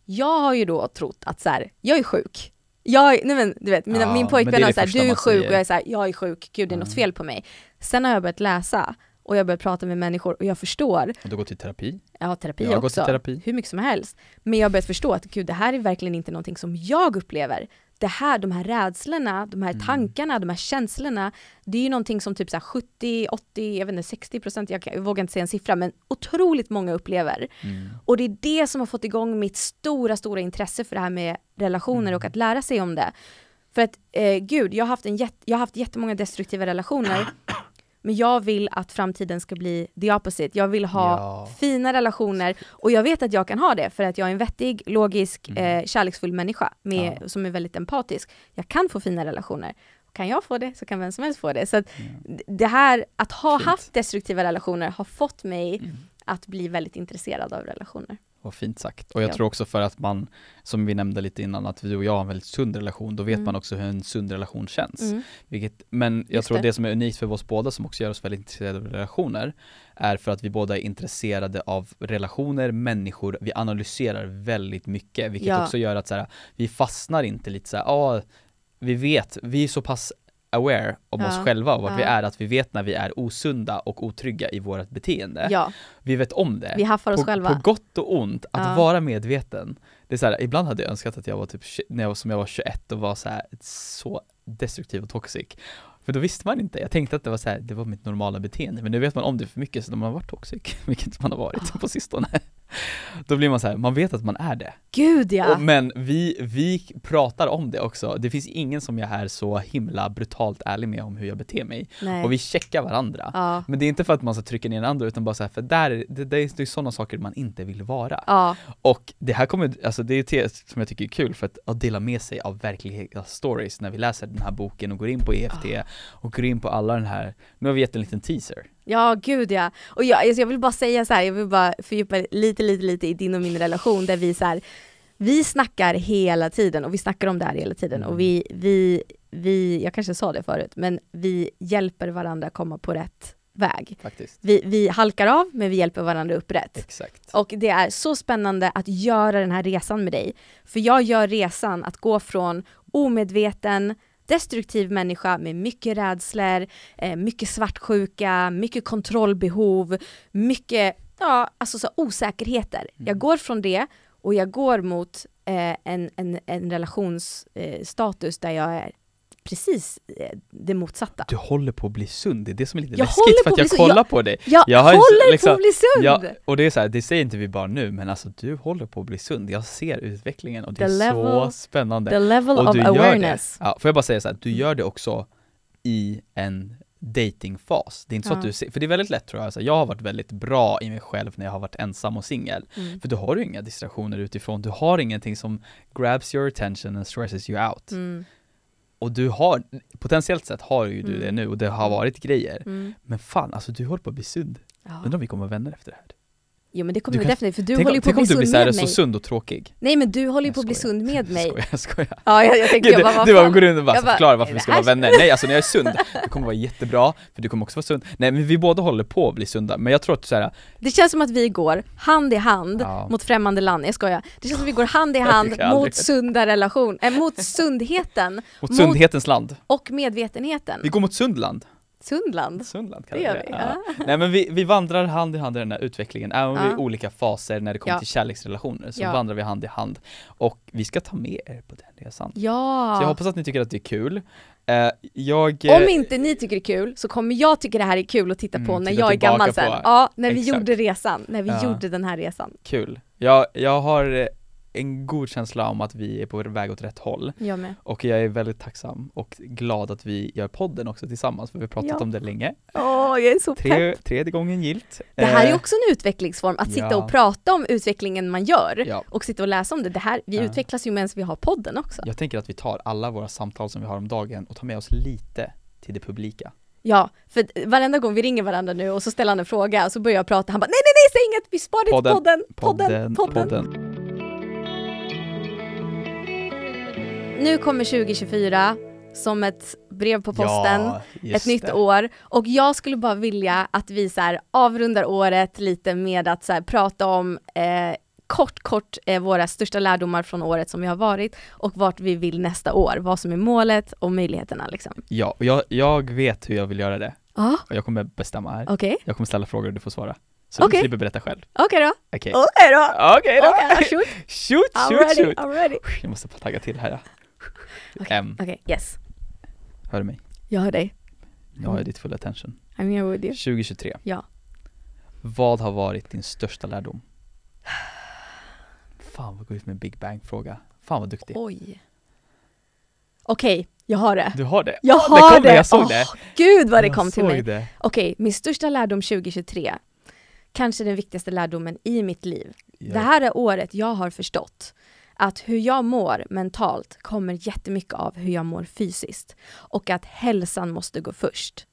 jag har ju då trott att så här, jag är sjuk. Jag, är- nej men du vet, mina, Ja, min men pojkvän det är har det såhär, första du är man sjuk säger. Mm. och jag är såhär, jag är sjuk, gud det är något fel på mig. Sen har jag börjat läsa och jag har börjat prata med människor och jag förstår, Och du går till terapi? jag har terapi Jag har gått också, i terapi. hur mycket som helst. Men jag har börjat förstå att gud det här är verkligen inte någonting som jag upplever. Det här, de här rädslorna, de Mm. här tankarna, de här känslorna, det är ju någonting som typ så här 70, 80, jag vet inte, 60 procent, jag, kan- jag vågar inte säga en siffra, men otroligt många upplever. Mm. Och det är det som har fått igång mitt stora, stora intresse för det här med relationer Mm. och att lära sig om det. För att eh, gud, jag har, haft en jätt, jag har haft jättemånga destruktiva [clears throat] relationer, men jag vill att framtiden ska bli the opposite. Jag vill ha Ja. fina relationer och jag vet att jag kan ha det för att jag är en vettig, logisk, Mm. eh, kärleksfull människa med, som är väldigt empatisk. Jag kan få fina relationer. Kan jag få det så kan vem som helst få det. Så att d- det här, att ha Fint. Mm. haft destruktiva relationer har fått mig att bli väldigt intresserad av relationer. Vad fint sagt. Och jag Ja. tror också för att man, som vi nämnde lite innan, att du och jag har en väldigt sund relation, då vet man också hur en sund relation känns. Mm. Vilket, men jag Just tror det. det. som är unikt för oss båda som också gör oss väldigt intresserade av relationer är för att vi båda är intresserade av relationer, människor, vi analyserar väldigt mycket vilket Ja. också gör att så här, vi fastnar inte lite så här, ah, vi vet, vi är så pass aware om Ja. oss själva och vart vi Ja. är att vi vet när vi är osunda och otrygga i vårt beteende. Ja, Vi vet om det vi haffar oss på, själva. på gott och ont, att Ja. vara medveten. Det är så här, ibland hade jag önskat att jag var typ, tje- när jag var, som jag var 21 och var så här, så destruktiv och toxic. För då visste man inte, jag tänkte att det var så här, det var mitt normala beteende, men nu vet man om det för mycket så när man har varit toxic, [laughs] vilket man har varit på sistone. Då blir man så här, man vet att man är det. Gud ja! Och, men vi, vi pratar om det också, det finns ingen som jag är så himla brutalt ärlig med om hur jag beter mig. Nej. Och vi checkar varandra. ja. Men det är inte för att man ska trycka ner den andra utan bara så här, för där, är- det, det är ju sådana saker man inte vill vara. ja, Och det här kommer, alltså det är ju te som jag tycker är kul för att, att dela med sig av verkliga stories när vi läser den här boken och går in på EFT och går in på alla den här, nu har vi gett en liten teaser. ja, gud ja. Och jag, alltså jag vill bara säga så här, jag vill bara fördjupa lite, lite, lite i din och min relation där vi så här, vi snackar hela tiden och vi snackar om det här hela tiden och vi, vi, vi, jag kanske sa det förut, men vi hjälper varandra komma på rätt väg. Faktiskt. Vi, vi halkar av, men vi hjälper varandra upp rätt. Exakt. Och det är så spännande att göra den här resan med dig. För jag gör resan att gå från omedveten, destruktiv människa med mycket rädslor, eh, mycket svartsjuka, mycket kontrollbehov, mycket ja, alltså så här osäkerheter. Mm. Jag går från det och jag går mot eh, en, en, en relationsstatus eh, status där jag är precis eh, det motsatta. Du håller på att bli sund, det är det som är lite Jag håller läskigt för på att att jag bli sund. kollar på dig. Jag, har ju s- håller på liksom- att bli sund! Ja, och det är så här, det säger inte vi bara nu, men alltså du håller på att bli sund. Jag ser utvecklingen och det The är så level- spännande. The level of gör det. awareness. Ja, får jag bara säga så här, du gör det också i en datingfas. Det är inte så Ja. att du ser, för det är väldigt lätt tror jag, så här, jag har varit väldigt bra i mig själv när jag har varit ensam och singel. Mm. För då har du inga distraktioner utifrån, du har ingenting som grabs your attention and stresses you out. Mm. Och du har, potentiellt sett har ju du Mm. det nu och det har varit grejer. Mm. Men fan, alltså du håller på att bli sund. Ja. Undrar om vi kommer vara vänner efter det här. Jo men det kommer Du vi kan- definitivt, för du tänk håller om, ju på att tänk bli om du sund blir med så, här, mig. så sund och tråkig. Nej men du håller ju Jag på att bli skojar. sund med mig. Skoja, skoja. Ja jag, jag tänkte jag bara, vad du bara fan. går in och bara, Jag bara, förklarar varför är vi det ska vara här- vänner. Nej alltså när jag är sund, det kommer vara jättebra, för du kommer också vara sund. Nej men vi båda håller på att bli sunda, men jag tror att så här, Det känns som att vi går hand i hand Ja. mot främmande land, jag skojar. Det känns som att vi går hand i hand tycker aldrig mot sunda relation, äh, mot sundheten mot sundhetens land. och medvetenheten. Vi går mot sundland. Sundland. Sundland Det gör kallar vi, Ja. Nej men vi, vi vandrar hand i hand i den här utvecklingen, även om vi är i Ja. olika faser när det kommer Ja. till kärleksrelationer, så Ja. vandrar vi hand i hand. Och vi ska ta med er på den resan. Så jag Ja. hoppas att ni tycker att det är kul. Eh, jag... eh, Om inte ni tycker det är kul så kommer jag tycka det här är kul att titta på Mm, när titta jag är gammal tillbaka sen. på- Ja, när vi Exakt. gjorde resan, när vi Ja. gjorde den här resan. Kul. Jag, jag har eh, en god känsla om att vi är på väg åt rätt håll Jag med. och jag är väldigt tacksam och glad att vi gör podden också tillsammans för vi har pratat Ja. om det länge. Åh, jag är så pepp. Tre, tredje gången gillt. Det här är Eh, ju också en utvecklingsform, att sitta ja. och prata om utvecklingen man gör Ja. och sitta och läsa om det. det här, vi Ja. utvecklas ju medan vi har podden också. Ja. Jag tänker att vi tar alla våra samtal som vi har om dagen och tar med oss lite till det publika. för att varenda gång vi ringer varandra nu och så ställer han en fråga och så börjar jag prata, han bara nej nej nej säg inget, vi sparar det till podden, podden, podden, podden. Nu kommer 2024 som ett brev på posten. Ja, Ett just nytt det. år och jag skulle bara vilja att vi så här avrundar året lite med att så här prata om eh, kort, kort eh, våra största lärdomar från året som vi har varit och vart vi vill nästa år, vad som är målet och möjligheterna liksom. Ja, och jag, jag vet hur jag vill göra det. Ja, Och jag kommer bestämma här. okej. Jag kommer ställa frågor och du får svara. Så Okej. du slipper berätta själv. Okej då. Okej. Okej då. Okej då! Okej, shoot. Shoot, I'm [laughs] shoot, ready, shoot! I'm ready. Jag måste tagga till här. Ja. Okej. Em, Okej, yes. hör du mig? Jag hör dig. Nu har jag ditt fulla attention. I'm here with you. 2023. Ja. Vad har varit din största lärdom? Fan vad går ut med en Big Bang-fråga. Fan vad duktig. Oj. Okej, jag har det. Du har det? Jag Ah, har det! Kom det. det. Jag såg Åh, det! Gud vad det Jag kom till såg mig. Det. Okej, min största lärdom 2023. Kanske den viktigaste lärdomen i mitt liv. Ja. Det här är året jag har förstått att hur jag mår mentalt kommer jättemycket av hur jag mår fysiskt. Och att hälsan måste gå först.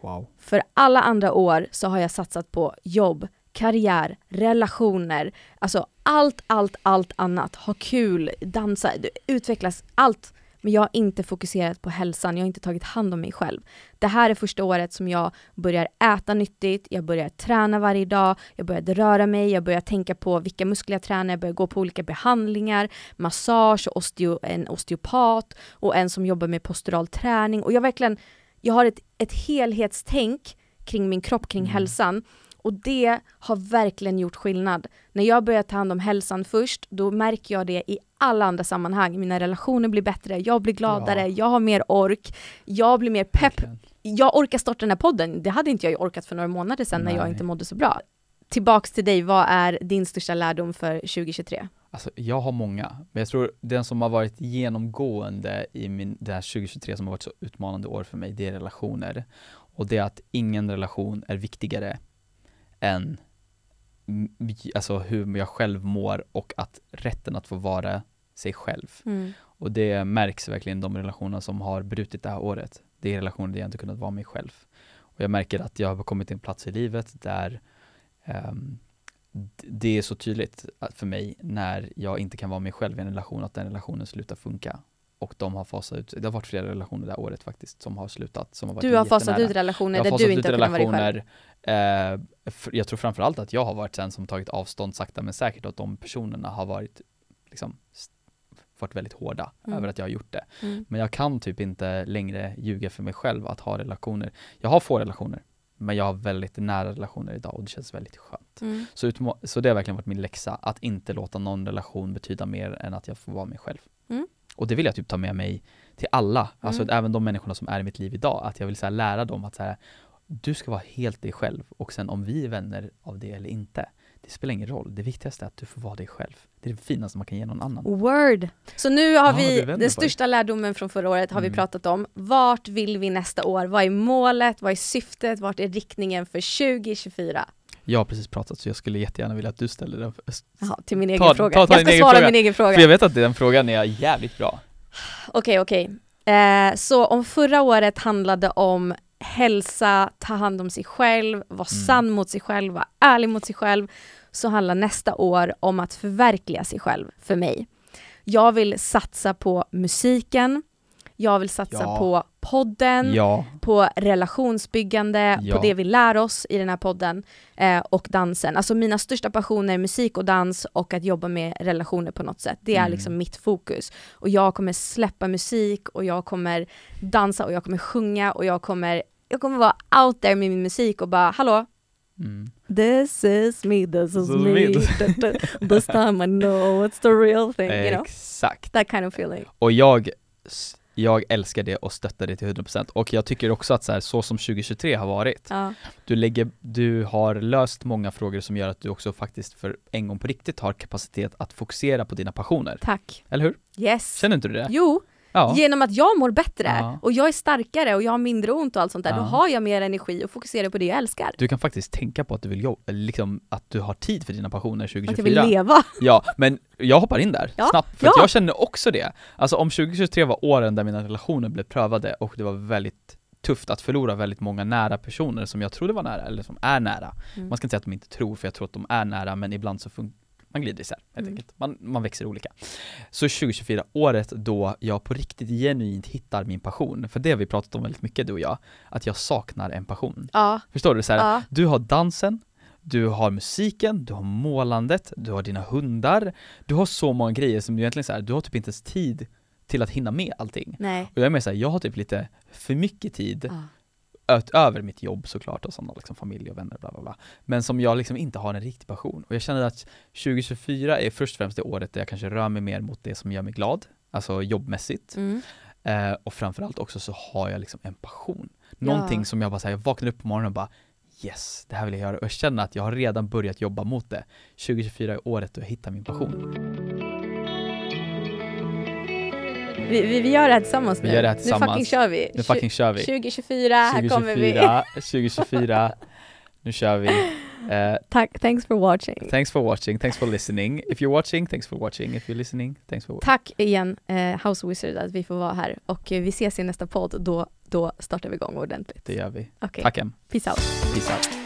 Wow. För alla andra år så har jag satsat på jobb, karriär, relationer, alltså allt, allt, allt annat. Ha kul, dansa, utvecklas, allt. Men jag har inte fokuserat på hälsan, jag har inte tagit hand om mig själv. Det här är första året som jag börjar äta nyttigt, jag börjar träna varje dag, jag började röra mig, jag började tänka på vilka muskler jag tränar, jag började gå på olika behandlingar, massage, osteo, en osteopat och en som jobbar med postural träning. Och jag verkligen, jag har ett, ett helhetstänk kring min kropp, Mm. kring hälsan. Och det har verkligen gjort skillnad. När jag börjar ta hand om hälsan först, då märker jag det i alla andra sammanhang. Mina relationer blir bättre, jag blir gladare, Ja. jag har mer ork, jag blir mer pepp Verkligen. jag orkar starta den här podden, det hade inte jag orkat för några månader sedan när jag Nej. inte mådde så bra. Tillbaks till dig, vad är din största lärdom för 2023? Alltså, jag har många, men jag tror den som har varit genomgående i min, det här 2023 som har varit så utmanande år för mig, det är relationer. Och det är att ingen relation är viktigare än mm, alltså, hur jag själv mår och att rätten att få vara sig själv. Och det märks verkligen i de relationer som har brutit det här året. Det är relationer där jag inte kunnat vara mig själv. Och jag märker att jag har kommit till en plats i livet där ehm, d- det är så tydligt att- för mig när jag inte kan vara mig själv i en relation, att den relationen slutar funka. Och de har fasat ut, det har varit flera relationer det här året faktiskt som har slutat. Som har varit Du har fasat jättenära. ut relationer Jag där har du fasat inte ut har kunnat vara dig själv. relationer. Eh, f- jag tror framförallt att jag har varit den som tagit avstånd sakta men säkert och att de personerna har varit, liksom, st- varit väldigt hårda Mm. över att jag har gjort det. Mm. Men jag kan typ inte längre ljuga för mig själv att ha relationer. Jag har få relationer, men jag har väldigt nära relationer idag och det känns väldigt skönt. Så, utma- så det har verkligen varit min läxa, att inte låta någon relation betyda mer än att jag får vara mig själv. Mm. Och det vill jag typ ta med mig till alla, alltså att även de människorna som är i mitt liv idag, att jag vill så här lära dem att så här, du ska vara helt dig själv och sen om vi är vänner av det eller inte, det spelar ingen roll. Det viktigaste är att du får vara dig själv. Det är det finaste man kan ge någon annan. Word! Så nu har Ja, du vi vänder på den det. största lärdomen från förra året har vi Mm. pratat om. Vart vill vi nästa år? Vad är målet? Vad är syftet? Vart är riktningen för 2024? Jag har precis pratat så jag skulle jättegärna vilja att du ställer den för, Jaha, till min egen ta fråga. din jag ska egen svara fråga. min egen fråga. För jag vet att den frågan är jävligt bra. Okej, okej. Eh, så om förra året handlade om hälsa, ta hand om sig själv, vara sann mot sig själv, vara ärlig mot sig själv, så handlar nästa år om att förverkliga sig själv för mig. Jag vill satsa på musiken, jag vill satsa Ja. på podden, Ja. på relationsbyggande, Ja. på det vi lär oss i den här podden eh, och dansen. Alltså mina största passioner är musik och dans och att jobba med relationer på något sätt. Det är liksom mitt fokus. Och jag kommer släppa musik och jag kommer dansa och jag kommer sjunga och jag kommer, jag kommer vara out there med min musik och bara hallå, Mm. This is me, this is [laughs] me, this time I know it's the real thing, you know? Mm. Exakt. That kind of feeling. Och jag, s- jag älskar det och stöttar det till 100% och jag tycker också att så, här, så som 2023 har varit, Ja. du, lägger, du har löst många frågor som gör att du också faktiskt för en gång på riktigt har kapacitet att fokusera på dina passioner. Tack. Eller hur? Yes. Känner inte du det? Jo, Ja. Genom att jag mår bättre Ja. och jag är starkare och jag har mindre ont och allt sånt där, då Ja. har jag mer energi och fokuserar på det jag älskar. Du kan faktiskt tänka på att du vill jobba, liksom att du har tid för dina passioner 2024. Att jag vill leva. Ja, men jag hoppar in där Ja, snabbt, för ja. att jag känner också det. Alltså om 2023 var åren där mina relationer blev prövade och det var väldigt tufft att förlora väldigt många nära personer som jag trodde var nära, eller som är nära. Mm. Man ska inte säga att de inte tror, för jag tror att de är nära, men ibland så funkar man glider isär helt Mm. enkelt. Man, man växer olika. Så 2024, året då jag på riktigt genuint hittar min passion, för det har vi pratat om väldigt mycket du och jag, att jag saknar en passion. [laughs] Ja, Förstår du? Så här, ja, du har dansen, Du har musiken, du har målandet, du har dina hundar, du har så många grejer som du egentligen så här, du har typ inte ens tid till att hinna med allting. Nej. Och jag är mer såhär, jag har typ lite för mycket tid Ja. utöver mitt jobb såklart och sådana liksom familj och vänner bla bla bla. Men som jag liksom inte har en riktig passion. Och jag känner att 2024 är först och främst det året där jag kanske rör mig mer mot det som gör mig glad, alltså jobbmässigt. Mm. Eh, och framförallt också så har jag liksom en passion. Någonting Ja. som jag bara säger, jag vaknar upp på morgonen och bara Yes, det här vill jag göra och jag känner att jag har redan börjat jobba mot det. 2024 är året då jag hittar min passion. Vi, vi, vi gör det här tillsammans nu. Vi gör det här Nu fucking tillsammans. kör vi. Nu fucking kör vi! 2024, här kommer vi. 2024, 2024, nu kör vi. Eh, [laughs] Tack, thanks for watching. thanks for watching, thanks for listening. If you're watching, thanks for watching. If you're listening, thanks for watching. Tack igen eh, House Wizard att vi får vara här och eh, vi ses i nästa podd. Då, då startar vi igång ordentligt. Det gör vi. Okej, Tack Em, peace out. peace out.